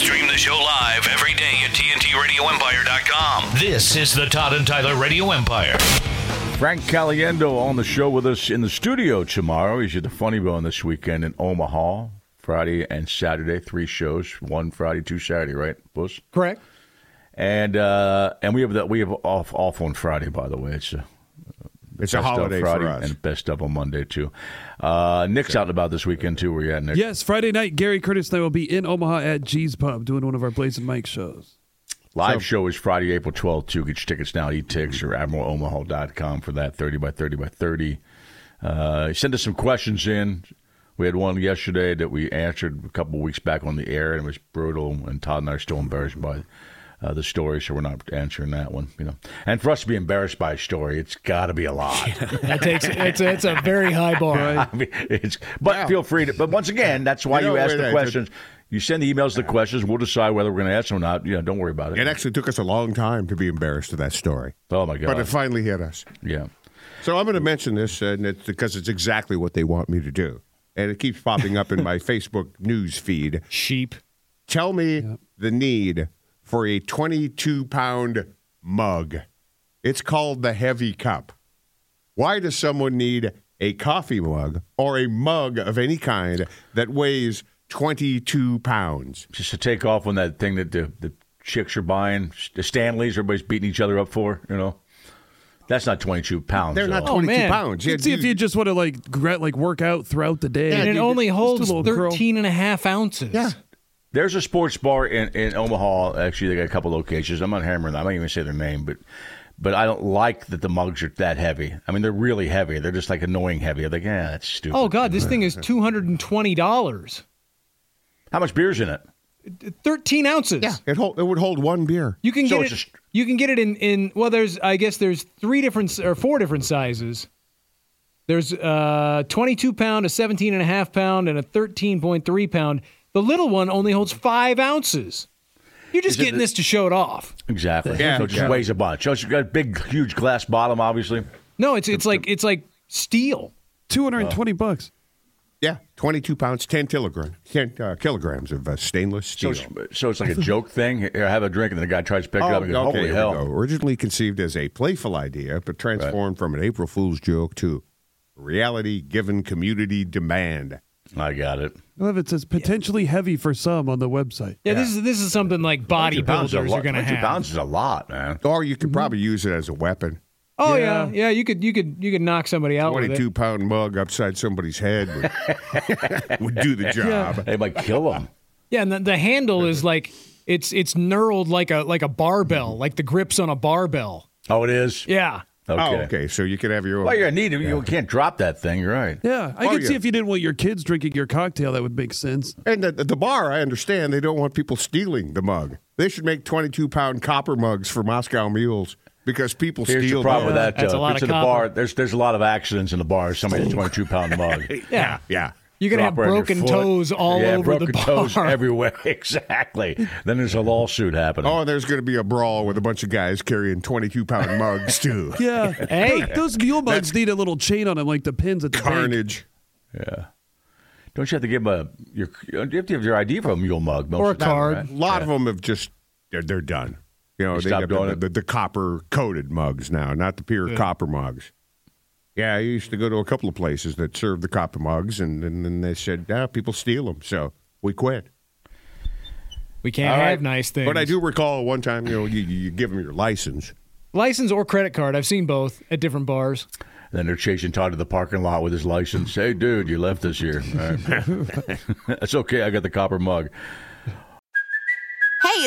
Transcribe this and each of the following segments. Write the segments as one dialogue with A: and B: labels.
A: Stream the show live every day at TNTRadioEmpire.com. This is the Todd and Tyler Radio Empire.
B: Frank Caliendo on the show with us in the studio tomorrow. He's at the Funny Bone this weekend in Omaha, Friday and Saturday. Three shows, one Friday, two Saturday, right, Bush?
C: Correct.
B: And uh, and we have that we have off off on Friday, by the way. It's a
C: It's
B: best
C: a
B: of
C: holiday
B: Friday
C: for us.
B: and best of on Monday too. Uh, Nick's out and about this weekend too. Where you at, Nick?
D: Yes, Friday night, Gary Curtis and I will be in Omaha at G's Pub doing one of our Blazing Mike shows.
B: Live show is Friday, April 12th, too. Get your tickets now, etix or admiralomaha.com for that 30 by 30 by 30. Uh, send us some questions in. We had one yesterday that we answered a couple weeks back on the air, and it was brutal, and Todd and I are still embarrassed by uh, the story, so we're not answering that one. You know, And for us to be embarrassed by a story, it's got to be a lot.
C: That takes it's a, it's a very high bar.
B: I mean, it's, but feel free to. But once again, that's why you,
E: You know,
B: ask
E: wait,
B: the
E: wait,
B: questions. You send the emails, the questions. We'll decide whether we're going to answer them or not. You know, don't worry about it.
E: It actually took us a long time to be embarrassed of that story,
B: oh my god!
E: but it finally hit us.
B: yeah.
E: So I'm going to mention this uh, and it, because it's exactly what they want me to do, and it keeps popping up in my Facebook news feed.
C: Sheep.
E: Tell me the need for a 22 pound mug. It's called the heavy cup. Why does someone need a coffee mug or a mug of any kind that weighs 22 pounds?
B: just to take off on that thing that the, the chicks are buying, the Stanleys, everybody's beating each other up for, you know? That's not 22 pounds.
E: They're not
B: though.
E: 22 pounds. Yeah,
D: You'd see if
E: you-
D: you just want to like gra- like work out throughout the day.
C: And it only
D: Just a
C: holds
D: little curl.
C: 13 and a half ounces.
E: Yeah.
B: There's a sports bar in, in Omaha. Actually, they got a couple locations. I'm not hammering them. I'm not even going to say their name, but but I don't like that the mugs are that heavy. I mean, they're really heavy. They're just like annoying heavy. I'm like, yeah, that's stupid.
C: Oh god, this thing is $220.
B: How much beer's in it?
C: 13 ounces.
E: It, hold, it would hold one beer.
C: You can
B: So
C: get
B: it's
C: it.
B: just-
C: you can get it in in well. There's I guess there's three different s- or four different sizes. There's a 22 pound, a 17 and a half pound, and a 13.3 pound. The little one only holds five ounces. You're just
B: it
C: getting
B: the-
C: this to show it off.
B: Exactly.
E: Yeah,
B: so it just
E: yeah.
B: weighs a bunch. So it's got a big, huge glass bottom, obviously.
C: No, it's it's like it's like steel.
D: 220 bucks.
E: Yeah, 22 pounds, 10 kilogram, 10 uh, kilograms of uh, stainless
B: So
E: steel.
B: it's, so it's like a joke thing. Here, have a drink, and the guy tries to pick it up. And goes,
E: Oh, okay,
B: Holy
E: here we
B: hell.
E: go. Originally conceived as a playful idea, but transformed from an April Fool's joke to reality given community demand.
B: I got it.
D: I love it. It says potentially heavy for some on the website.
C: Yeah, this is this is something like bodybuilders
B: Pounds is a
C: are
B: lot-
C: going to
B: 22
C: have.
B: pounds is a lot, man.
E: Or you could probably use it as a weapon.
C: Oh yeah. yeah, you could you could you could knock somebody out with it.
E: 22 pound mug upside somebody's head would, would do the job.
B: They might kill him.
C: Yeah, and the, the handle is like it's it's knurled like a like a barbell,
B: Mm-hmm.
C: like the grips on a barbell.
B: Oh, it is.
C: Yeah.
B: Okay.
E: Oh, okay. So you could have your own.
B: Well, you're gonna need it. You can't drop that thing. You're right.
D: Yeah, I
E: Oh,
D: could see
E: yeah.
D: if you didn't want your kids drinking your cocktail, that would make sense.
E: And at the bar, I understand they don't want people stealing the mug. They should make 22 pound copper mugs for Moscow mules because people
B: Here's
E: steal
B: the problem with
E: those.
B: that,
C: That's a
B: though.
C: lot
B: If it's
C: of
B: in a bar,
C: copper.
B: there's there's a lot of accidents in the bar.
E: Oh,
B: Somebody had a 22 pound mug.
C: Yeah.
E: Yeah.
C: You're gonna have
B: Drop around your
C: broken
B: foot.
C: toes all
B: yeah,
C: over the
B: broken
C: bar.
B: toes everywhere. exactly. Then there's a lawsuit happening.
E: Oh, there's going to be a brawl with a bunch of guys carrying 22 pound mugs, too.
D: Yeah.
C: Hey.
D: Th- those mule mugs need a little chain on them, like the pins at the bank.
E: Carnage.
B: Don't you have to give 'em a your you have to have your ID for a mule mug most
C: Or a
B: of the time,
C: card.
B: right?
E: A lot of them have just, they're, they're done. You know,
B: They
E: they
B: stopped
E: got the,
B: doing
E: the,
B: it?
E: the, copper coated mugs now, not the pure copper mugs. Yeah, I used to go to a couple of places that served the copper mugs, and, and then they said, ah, people steal them. So we quit.
C: We can't
B: All
C: have
B: right.
C: nice things.
E: But I do recall one time, you know, you, you give them your license.
C: License or credit card. I've seen both at different bars.
B: Then they're chasing Todd to the parking lot with his license. Hey, dude, you left this year. All right. That's okay. I got the copper mug.
F: Hey,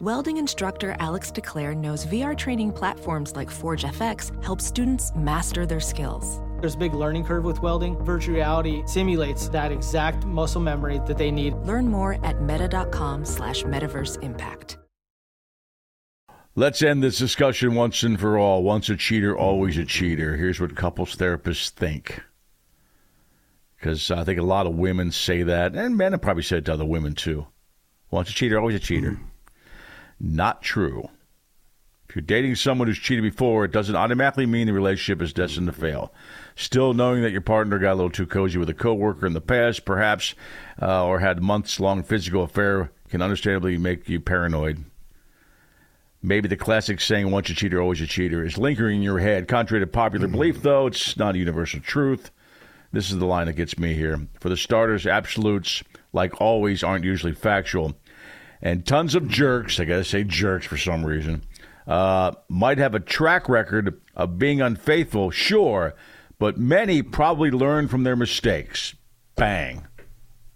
G: Welding instructor Alex DeClaire knows VR training platforms like Forge FX help students master their skills.
H: There's a big learning curve with welding. Virtual reality simulates that exact muscle memory that they need.
G: Learn more at meta.com slash metaverse impact.
B: Let's end this discussion once and for all. Once a cheater, always a cheater. Here's what couples therapists think. Because I think a lot of women say that, and men have probably said it to other women too. Once a cheater, always a cheater. Not true. If you're dating someone who's cheated before, it doesn't automatically mean the relationship is destined to fail. Still, knowing that your partner got a little too cozy with a coworker in the past, perhaps, uh, or had months-long physical affair, can understandably make you paranoid. Maybe the classic saying, once a cheater, always a cheater, is lingering in your head. Contrary to popular belief, though, it's not a universal truth. This is the line that gets me here. For the starters, absolutes, like always, aren't usually factual. And tons of jerks, I got to say jerks for some reason, uh, might have a track record of being unfaithful, sure, but many probably learn from their mistakes. Bang.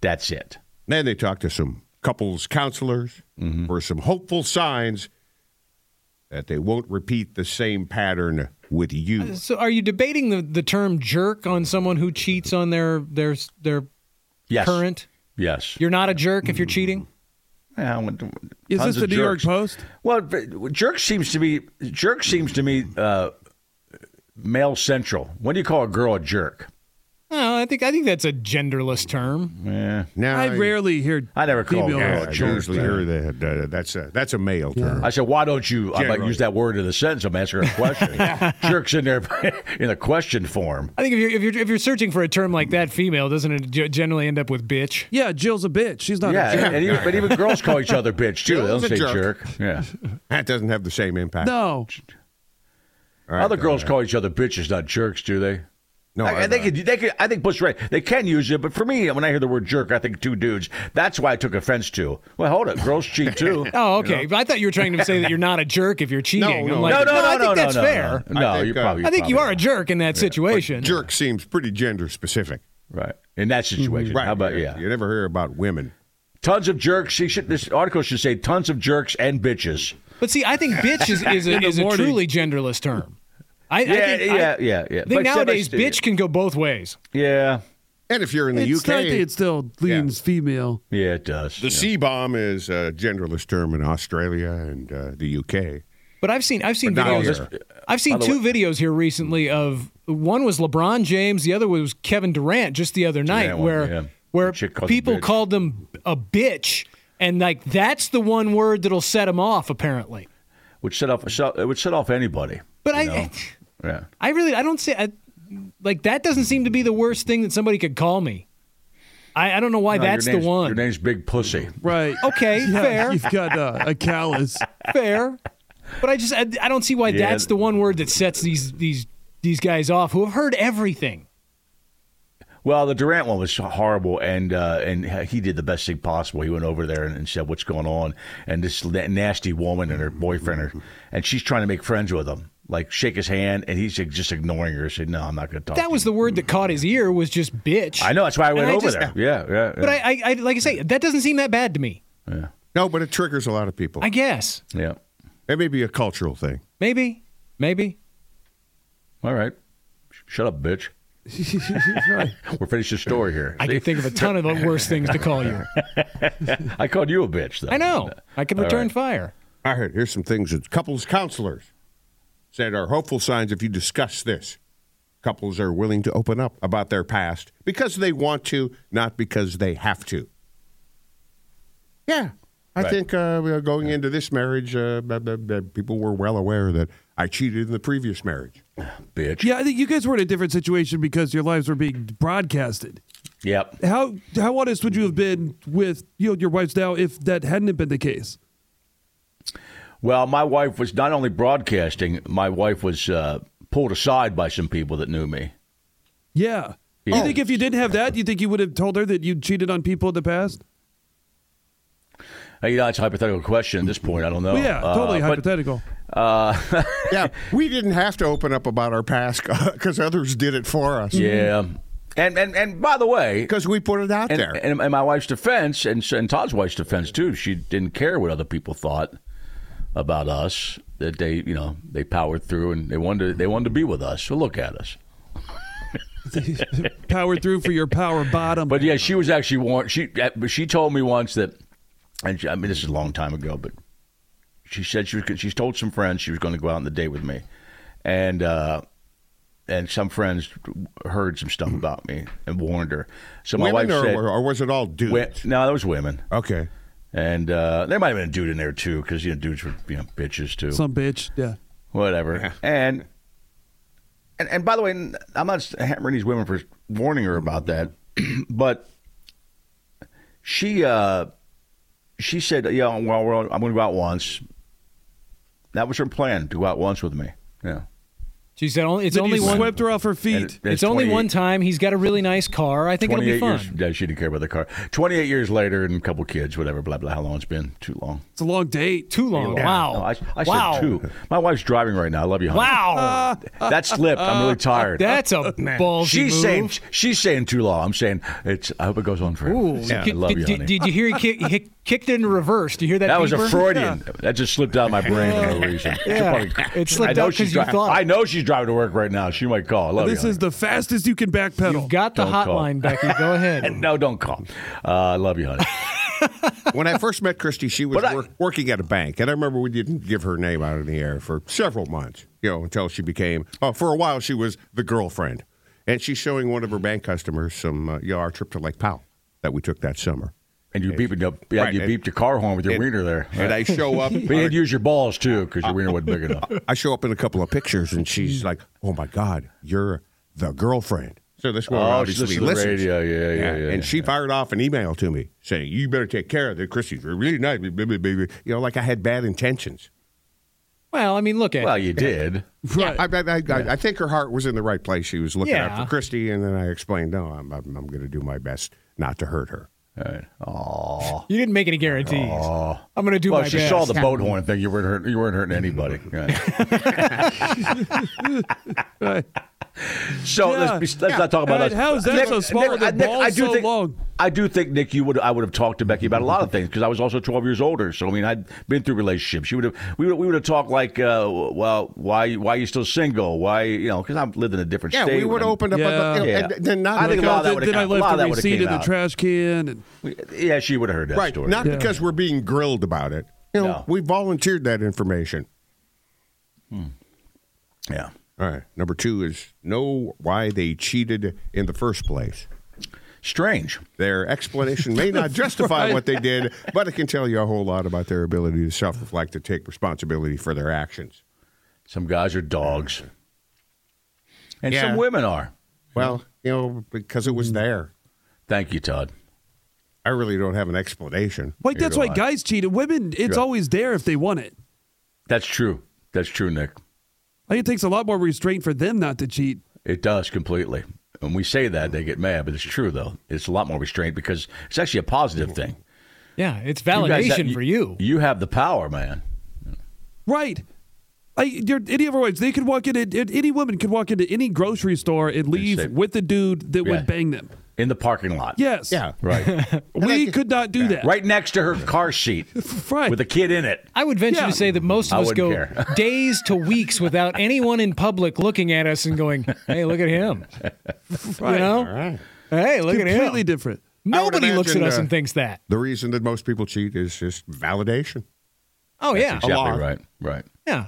B: That's it.
E: Then they talk to some couples counselors
B: Mm-hmm.
E: for some hopeful signs that they won't repeat the same pattern with you.
C: So are you debating the, the term jerk on someone who cheats on their their their
B: Yes. Mm-hmm.
C: current?
B: Yes.
C: You're not a jerk if you're cheating?
B: Yeah, I went to-
D: Is
B: tons
D: this the
B: of
D: New York
B: jerks.
D: Post?
B: Well, but jerk seems to be jerk seems to me uh, male central. When do you call a girl a jerk?
C: No, Oh, I think I think that's a genderless term.
E: Now,
D: I rarely hear.
B: I never call
D: female
B: a girl
E: I
B: a
D: jerks.
B: jerk.
E: usually hear that. uh, that's a that's a male term.
B: I said, why don't you? I might
E: Generally.
B: use that word in a sentence. I'm asking her a question. Jerks in there in the question form.
C: I think if you're if you're if you're searching for a term like that, female doesn't it ge- generally end up with bitch?
D: Yeah, Jill's a bitch. She's not.
B: Yeah,
D: A jerk.
B: and even, but even girls call each other bitch too. They don't
E: Girl's a
B: say
E: jerk.
B: jerk. Yeah,
E: That doesn't have the same impact.
D: No.
E: All right,
B: other
E: all
B: girls
E: right.
B: call each other bitches, not jerks, do they?
E: No,
B: I, I think it- they could, I think Bush right. They can use it, but for me, when I hear the word jerk, I think two dudes. That's why I took offense to. Well, hold it, girls cheat too.
C: Oh, okay. But I thought you were trying to say that you're not a jerk if you're cheating.
E: no.
C: I'm like,
B: no, no, no,
C: I think
B: no,
C: that's
B: no, no,
C: fair.
B: No, no,
E: I think,
B: you
E: uh,
B: probably.
C: I think you
B: probably
C: are a jerk in that situation.
E: jerk seems pretty gender specific.
B: right in that situation. How about
E: you,
B: yeah?
E: You never hear about women.
B: Tons of jerks. She should, this article should say tons of jerks and bitches.
C: But see, I think bitch is, is, a,
D: the
C: is a
D: morning.
C: truly genderless term. I, I
B: Yeah,
C: think,
B: yeah,
C: I,
B: yeah, yeah.
C: I
B: But
C: think nowadays,
B: still, I
C: bitch
B: still-
C: can go both ways.
B: Yeah,
E: And if you're in the
D: it's
E: UK,
D: not that it still leans female.
B: yeah, it does.
E: the C bomb is a genderless term in Australia and uh, the UK.
C: But I've seen I've seen
E: But not
C: videos.
E: here.
C: I've seen two videos here recently of one was LeBron James, the other was Kevin Durant just the other night,
B: one,
C: where
B: yeah.
C: where
B: The chick called him
C: people
B: bitch.
C: called them a bitch, and like that's the one word that'll set him off apparently.
B: Would set off. so- It would set off anybody.
C: But I,
B: Yeah.
C: I really I don't say I, like that doesn't seem to be the worst thing that somebody could call me. I, I don't know why
B: No, your
C: that's the
B: name's- Your
C: one.
B: name's Big Pussy.
D: Right.
C: Okay,
D: Yeah,
C: fair.
D: You've got uh, a callus.
C: fair. But I just I, I don't see why
B: Yeah.
C: that's the one word that sets these these these guys off who have heard everything.
B: Well, the Durant one was horrible, and uh, and he did the best thing possible. He went over there and, and said, "What's going on?" And this na- nasty woman and her boyfriend, are, and she's trying to make friends with him, like shake his hand, and he's like, just ignoring her. Said, "No, I'm not going to talk."
C: That
B: to
C: was the word that caught his ear was just bitch.
B: you." I know that's why I
C: And
B: went over
C: just-
B: there. Yeah, yeah.
C: But I, I, I, like I say, that doesn't seem that bad to me.
B: yeah.
E: No, but it triggers a lot of people.
C: I guess
B: yeah.
E: It may be a cultural thing.
C: maybe, maybe.
B: All right, shut up, bitch. We're finishing the story here.
C: I can think of a ton of the worse things to call you.
B: I called you a bitch, though.
C: I know. I can
B: All
C: return
B: right.
C: fire.
E: All right, here's some things that couples counselors said are hopeful signs if you discuss this. Couples are willing to open up about their past because they want to, not because they have to. Yeah, I
B: Right.
E: think uh, we are going into this marriage, uh, b- b- b- people were well aware that I cheated in the previous marriage.
B: Bitch.
D: Yeah, I think you guys were in a different situation because your lives were being broadcasted.
B: Yep.
D: How how honest would you have been with you know, your wives now if that hadn't been the case?
B: Well, my wife was not only broadcasting, my wife was uh, pulled aside by some people that knew me.
D: Yeah.
B: Yeah.
D: You think if you didn't have that, you think you would have told her that you cheated on people in the past?
B: Uh, You know, it's a hypothetical question at this point. I don't know.
D: Well, yeah,
B: Uh,
D: totally
B: but,
D: hypothetical.
B: uh,
E: yeah, we didn't have to open up about our past because others did it for us.
B: yeah. And, and and by the way,
E: Because we put it out
B: and,
E: there.
B: and, and my wife's defense, and, and Todd's wife's defense too, she didn't care what other people thought about us. That they, you know, they powered through and they wanted to, they wanted to be with us. So look at us.
D: power through for your power bottom.
B: But yeah, she was actually warned. She uh, but she told me once that, and she, I mean this is a long time ago, but she said she was. She's told some friends she was going to go out on the date with me, and uh, and some friends heard some stuff about me and warned her. So my
E: Women
B: wife
E: or,
B: said,
E: or was it all dudes?
B: Wi- "No, that was women."
E: Okay.
B: And uh, there might have been a dude in there too, because you know dudes were you know bitches too
D: Some bitch. Yeah.
B: whatever. And, and and by the way, I'm not hammering these women for warning her about that, but she uh, she said, "Yeah, well, we're, I'm going to go out once." That was her plan to go out once with me. Yeah,
C: She said only it's
D: Then
C: only
D: you
C: one.
D: swept her off her feet.
B: And it-
C: It's only
B: 28
C: one time. He's got a really nice car. I think it'll
B: 28
C: be fun.
B: years. Yeah, she didn't care about the car. 28 years later, and a couple kids, whatever. Blah blah. How long it's been? Too long.
D: It's a long date.
C: Too long. Wow.
B: Oh, No, I, I
C: wow.
B: said two. My wife's driving right now. I love you, honey.
C: Wow.
B: That slipped. I'm really tired.
C: That's a ballsy
B: She's
C: move.
B: saying she's saying too long. I'm saying it's. I hope it goes on forever.
C: Ooh,
B: I
C: did,
B: love
C: did,
B: you,
C: did,
B: honey.
C: did you hear he kick, he kicked it in reverse? Do you hear that?
B: that was a
C: beeper?
B: Freudian. That just slipped out of my brain for no reason. She'll
C: Yeah. It slipped
B: I know
C: out 'cause
B: she's
C: you
B: dri-
C: thought.
B: I know she's driving to work right now. She might call. I love
D: This
B: you,
D: is the fastest you can backpedal.
C: You've got the
B: Don't call.
C: hotline, Becky. Go
B: honey.
C: ahead.
B: no, don't call. Uh, I love you, honey.
E: when I first met Christy, she was
B: But I-
E: work, working at a bank, and I remember we didn't give her name out in the air for several months. You know, until she became oh, for a while she was the girlfriend, and she's showing one of her bank customers some uh, you know, our trip to Lake Powell that we took that summer.
B: And you beeped up. Yeah,
E: Right,
B: you
E: and-
B: beeped your car horn with your
E: and-
B: wiener there.
E: And I show up,
B: But you had to use your balls too because your wiener wasn't big enough.
E: I show up in a couple of pictures, and she's like, "Oh my God, you're the girlfriend." So this one
B: Oh, she listens
E: obviously
B: to the
E: listens.
B: radio. Yeah, yeah, yeah,
E: And she fired off an email to me saying, "You better take care of it, Christy. You're really nice." blah, blah, blah, blah." You know, like I had bad intentions.
C: Well, I mean, look at
B: Well,
C: it.
B: you did.
D: Right.
E: I, I, I, I, I think her heart was in the right place. She was looking
C: Yeah.
E: out for Christy, and then I explained, no, I'm, I'm, I'm going to do my best not to hurt her.
B: All right. Aw.
C: You didn't make any guarantees. I'm going to do
B: Oh. well,
C: my
B: she
C: best.
B: saw the boat horn thing. You weren't hurting. You weren't hurting anybody. Right. So let's, be, let's not talk about
D: Yeah.
B: us.
D: How is that so small with the balls so
B: think,
D: long?
B: I do think Nick, you would. I would have talked to Becky about a lot of things because I was also 12 years older. So I mean, I'd been through relationships. She would have. We would. We would have talked like, uh, well, why? Why are you still single? Why? You know, because I've lived in a different
E: Yeah,
B: state.
E: we would have opened up.
D: Yeah.
E: A, you know,
B: Yeah.
E: and then not
B: I think a
E: because-
B: lot of that
D: then,
B: would've
D: then I
B: come- a lot
D: left
B: of
D: the
B: that would've
D: receipt
B: came
D: in the
B: out.
D: trash can, and
B: Yeah, she would have heard that
E: right,
B: story.
E: not because we're being grilled about it. You know,
B: No.
E: we volunteered that information.
B: yeah.
E: All right, number two is know why they cheated in the first place.
B: Strange.
E: Their explanation may not justify what they did, but it can tell you a whole lot about their ability to self-reflect and take responsibility for their actions.
B: Some guys are dogs, and
E: Yeah.
B: some women are.
E: Well, you know, because it was
B: Mm.
E: there.
B: Thank you, Todd.
E: I really don't have an explanation.
D: like that's
B: do
D: why
B: I.
D: guys cheated. Women, it's
E: Yeah.
D: always there if they want it.
B: That's true. That's true, Nick.
D: Like it takes a lot more restraint for them not to cheat.
B: It does completely. When we say that, they get mad, but it's true though. It's a lot more restraint because it's actually a positive thing.
C: Yeah, it's
B: You guys
C: validation
B: have-
C: for you.
B: You have the power, man.
D: Right. I, there- any of our wives, they could walk in. and- and Any woman could walk into any grocery store and leave with the dude that
B: Yeah.
D: would bang them.
B: in the parking lot.
D: Yes.
B: Yeah. Right.
D: we could not do that.
B: right next to her car seat
D: right.
B: with a kid in it.
C: I would venture
B: Yeah.
C: to say that most
B: I
C: of us
B: wouldn't
C: go
B: care.
C: days to weeks without anyone in public looking at us and going, "Hey, look at him."
E: Right.
C: You know?
E: All right.
C: Hey, look at him.
E: Completely
D: different.
C: Nobody looks at us and
B: uh,
E: thinks.
C: thinks that.
E: The reason that most people cheat is just validation.
C: Oh yeah.
B: That's exactly right. Right.
C: Yeah.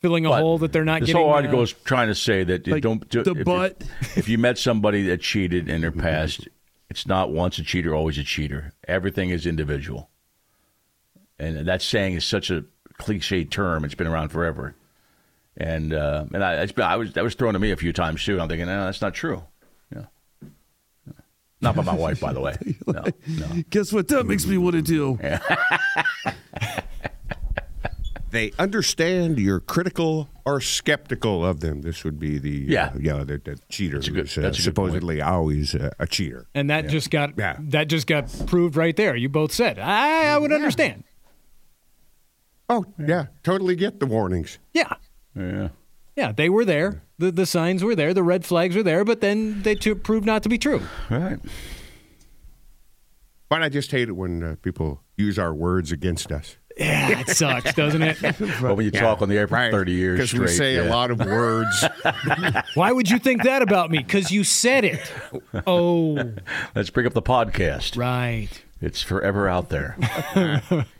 C: Filling a hole that they're not
B: This
C: getting.
B: whole article
C: uh,
B: is trying to say that you
C: like
B: don't do
C: the
B: if you-
C: butt.
B: If, you met somebody that cheated in their past, it's not once a cheater, always a cheater. Everything is individual, and that saying is such a cliche term. It's been around forever, and uh, and I, it's been, I was that was thrown to me a few times too. And I'm thinking, no, that's not true. Yeah, not by my wife, by the way. No, no.
D: Guess what? That makes me want to do.
E: They understand you're critical or skeptical of them. This would be the yeah, uh, yeah, the, the cheater who's uh,
B: that's a good
E: supposedly always uh, a cheater.
C: and that just got that just got proved right there. You both said, "I, I would understand."
E: Oh yeah. totally get the warnings.
C: Yeah.
B: Yeah.
C: Yeah, they were there. The the signs were there. The red flags were there, but then they t- proved not to be true.
B: Right.
E: But I just hate it when uh, people use our words against us.
C: Yeah, it sucks, doesn't it?
B: Well, when you talk on the air for 30 years
E: because we
B: straight,
E: say a
B: yeah.
E: lot of words.
C: Why would you think that about me? Because you said it. Oh,
B: Let's bring up the podcast.
C: Right.
B: It's forever out there.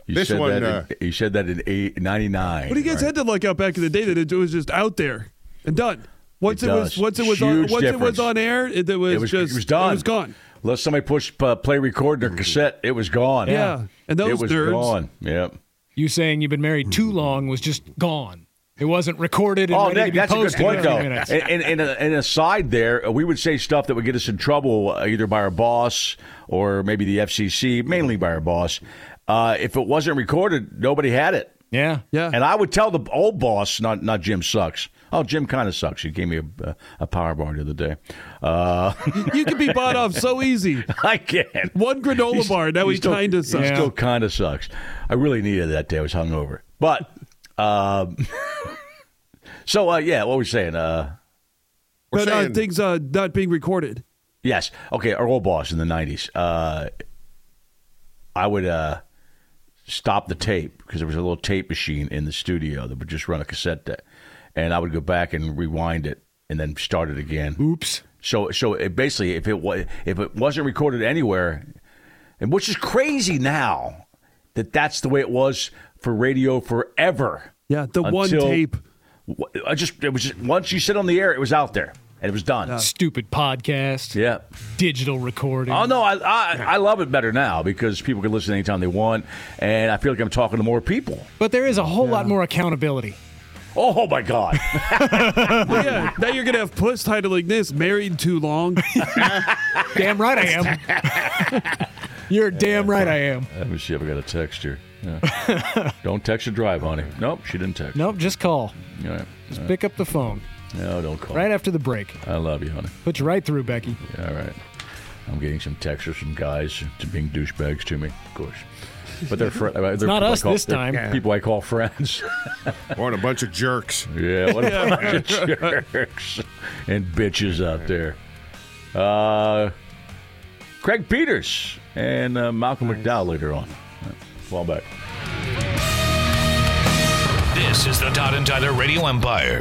B: You
D: This
B: said
D: one,
B: that in-
D: uh,
B: you said that in eight, 99.
D: What do you guys
B: right?
D: had to look out back in the day that it was just out there and done? Once it,
B: It
D: was,
B: does.
D: once it was, on,
B: Huge
D: once it was
B: difference.
D: on air, it, it was
B: it was,
D: just
B: it was done.
D: It was gone. Mm-hmm.
B: Unless somebody pushed uh, play record in their cassette, it was gone.
C: Yeah. Yeah. And those
B: it was
C: nerds-
B: gone. Yep.
C: you saying you've been married too long was just gone. It wasn't recorded and
B: Oh,
C: ready to
B: Nick,
C: be
B: that's a good
C: posted
B: point,
C: in a
B: though.
C: few
B: And,
C: minutes.
B: and, and, uh, and aside there, uh, we would say stuff that would get us in trouble uh, either by our boss or maybe the FCC, mainly by our boss. Uh, if it wasn't recorded, nobody had it.
C: Yeah,
D: yeah.
B: And I would tell the old boss, not not Jim sucks. Oh, Jim kind of sucks. He gave me a, a, a power bar the other day. Uh,
D: You could be bought off so easy.
B: I can.
D: One granola bar. Now he
B: still-
D: kind of sucks.
B: He still kind of sucks. I really needed that day. I was hungover. But, um, so, uh, yeah, what were we saying? Uh,
D: But uh, things uh, not being recorded.
B: yes. Okay, our old boss in the 90s. Uh, I would uh, stop the tape because there was a little tape machine in the studio that would just run a cassette deck. And I would go back and rewind it and then start it again.
C: Oops.
B: So, so it basically, if it, wa- if it wasn't recorded anywhere, and which is crazy now that that's the way it was for radio forever.
D: Yeah, the one
B: Until-
D: tape.
B: w- I just it was just, once you sit on the air, it was out there and it was done.
C: Stupid podcast.
B: Yeah.
C: Digital recording.
B: Oh no, I, I I love it better now because people can listen anytime they want, and I feel like I'm talking to more people.
C: But there is a whole lot more accountability.
B: Oh my God!
D: Well, yeah, now you're gonna have puss titling this "Married Too Long."
C: damn right I am. You're damn right I am.
B: Let me see if I got a text here. Yeah. don't text or drive, honey. Nope, she didn't text.
C: Nope, just call.
B: All right.
C: Just pick up the phone
B: No, don't call.
C: right after the break.
B: I love you, honey.
C: Put you right through, Becky.
B: Yeah, all right. I'm getting some texts from guys to being douchebags to me, of course. But they're, fri they're
C: not
B: people I
C: us
B: call-
C: this
B: they're
C: time.
B: People I call friends.
E: what a bunch of jerks.
B: Yeah, what a bunch of jerks and bitches out there. Uh, Craig Peters and uh, Malcolm McDowell later on. Fall back.
A: This is the Todd and Tyler Radio Empire.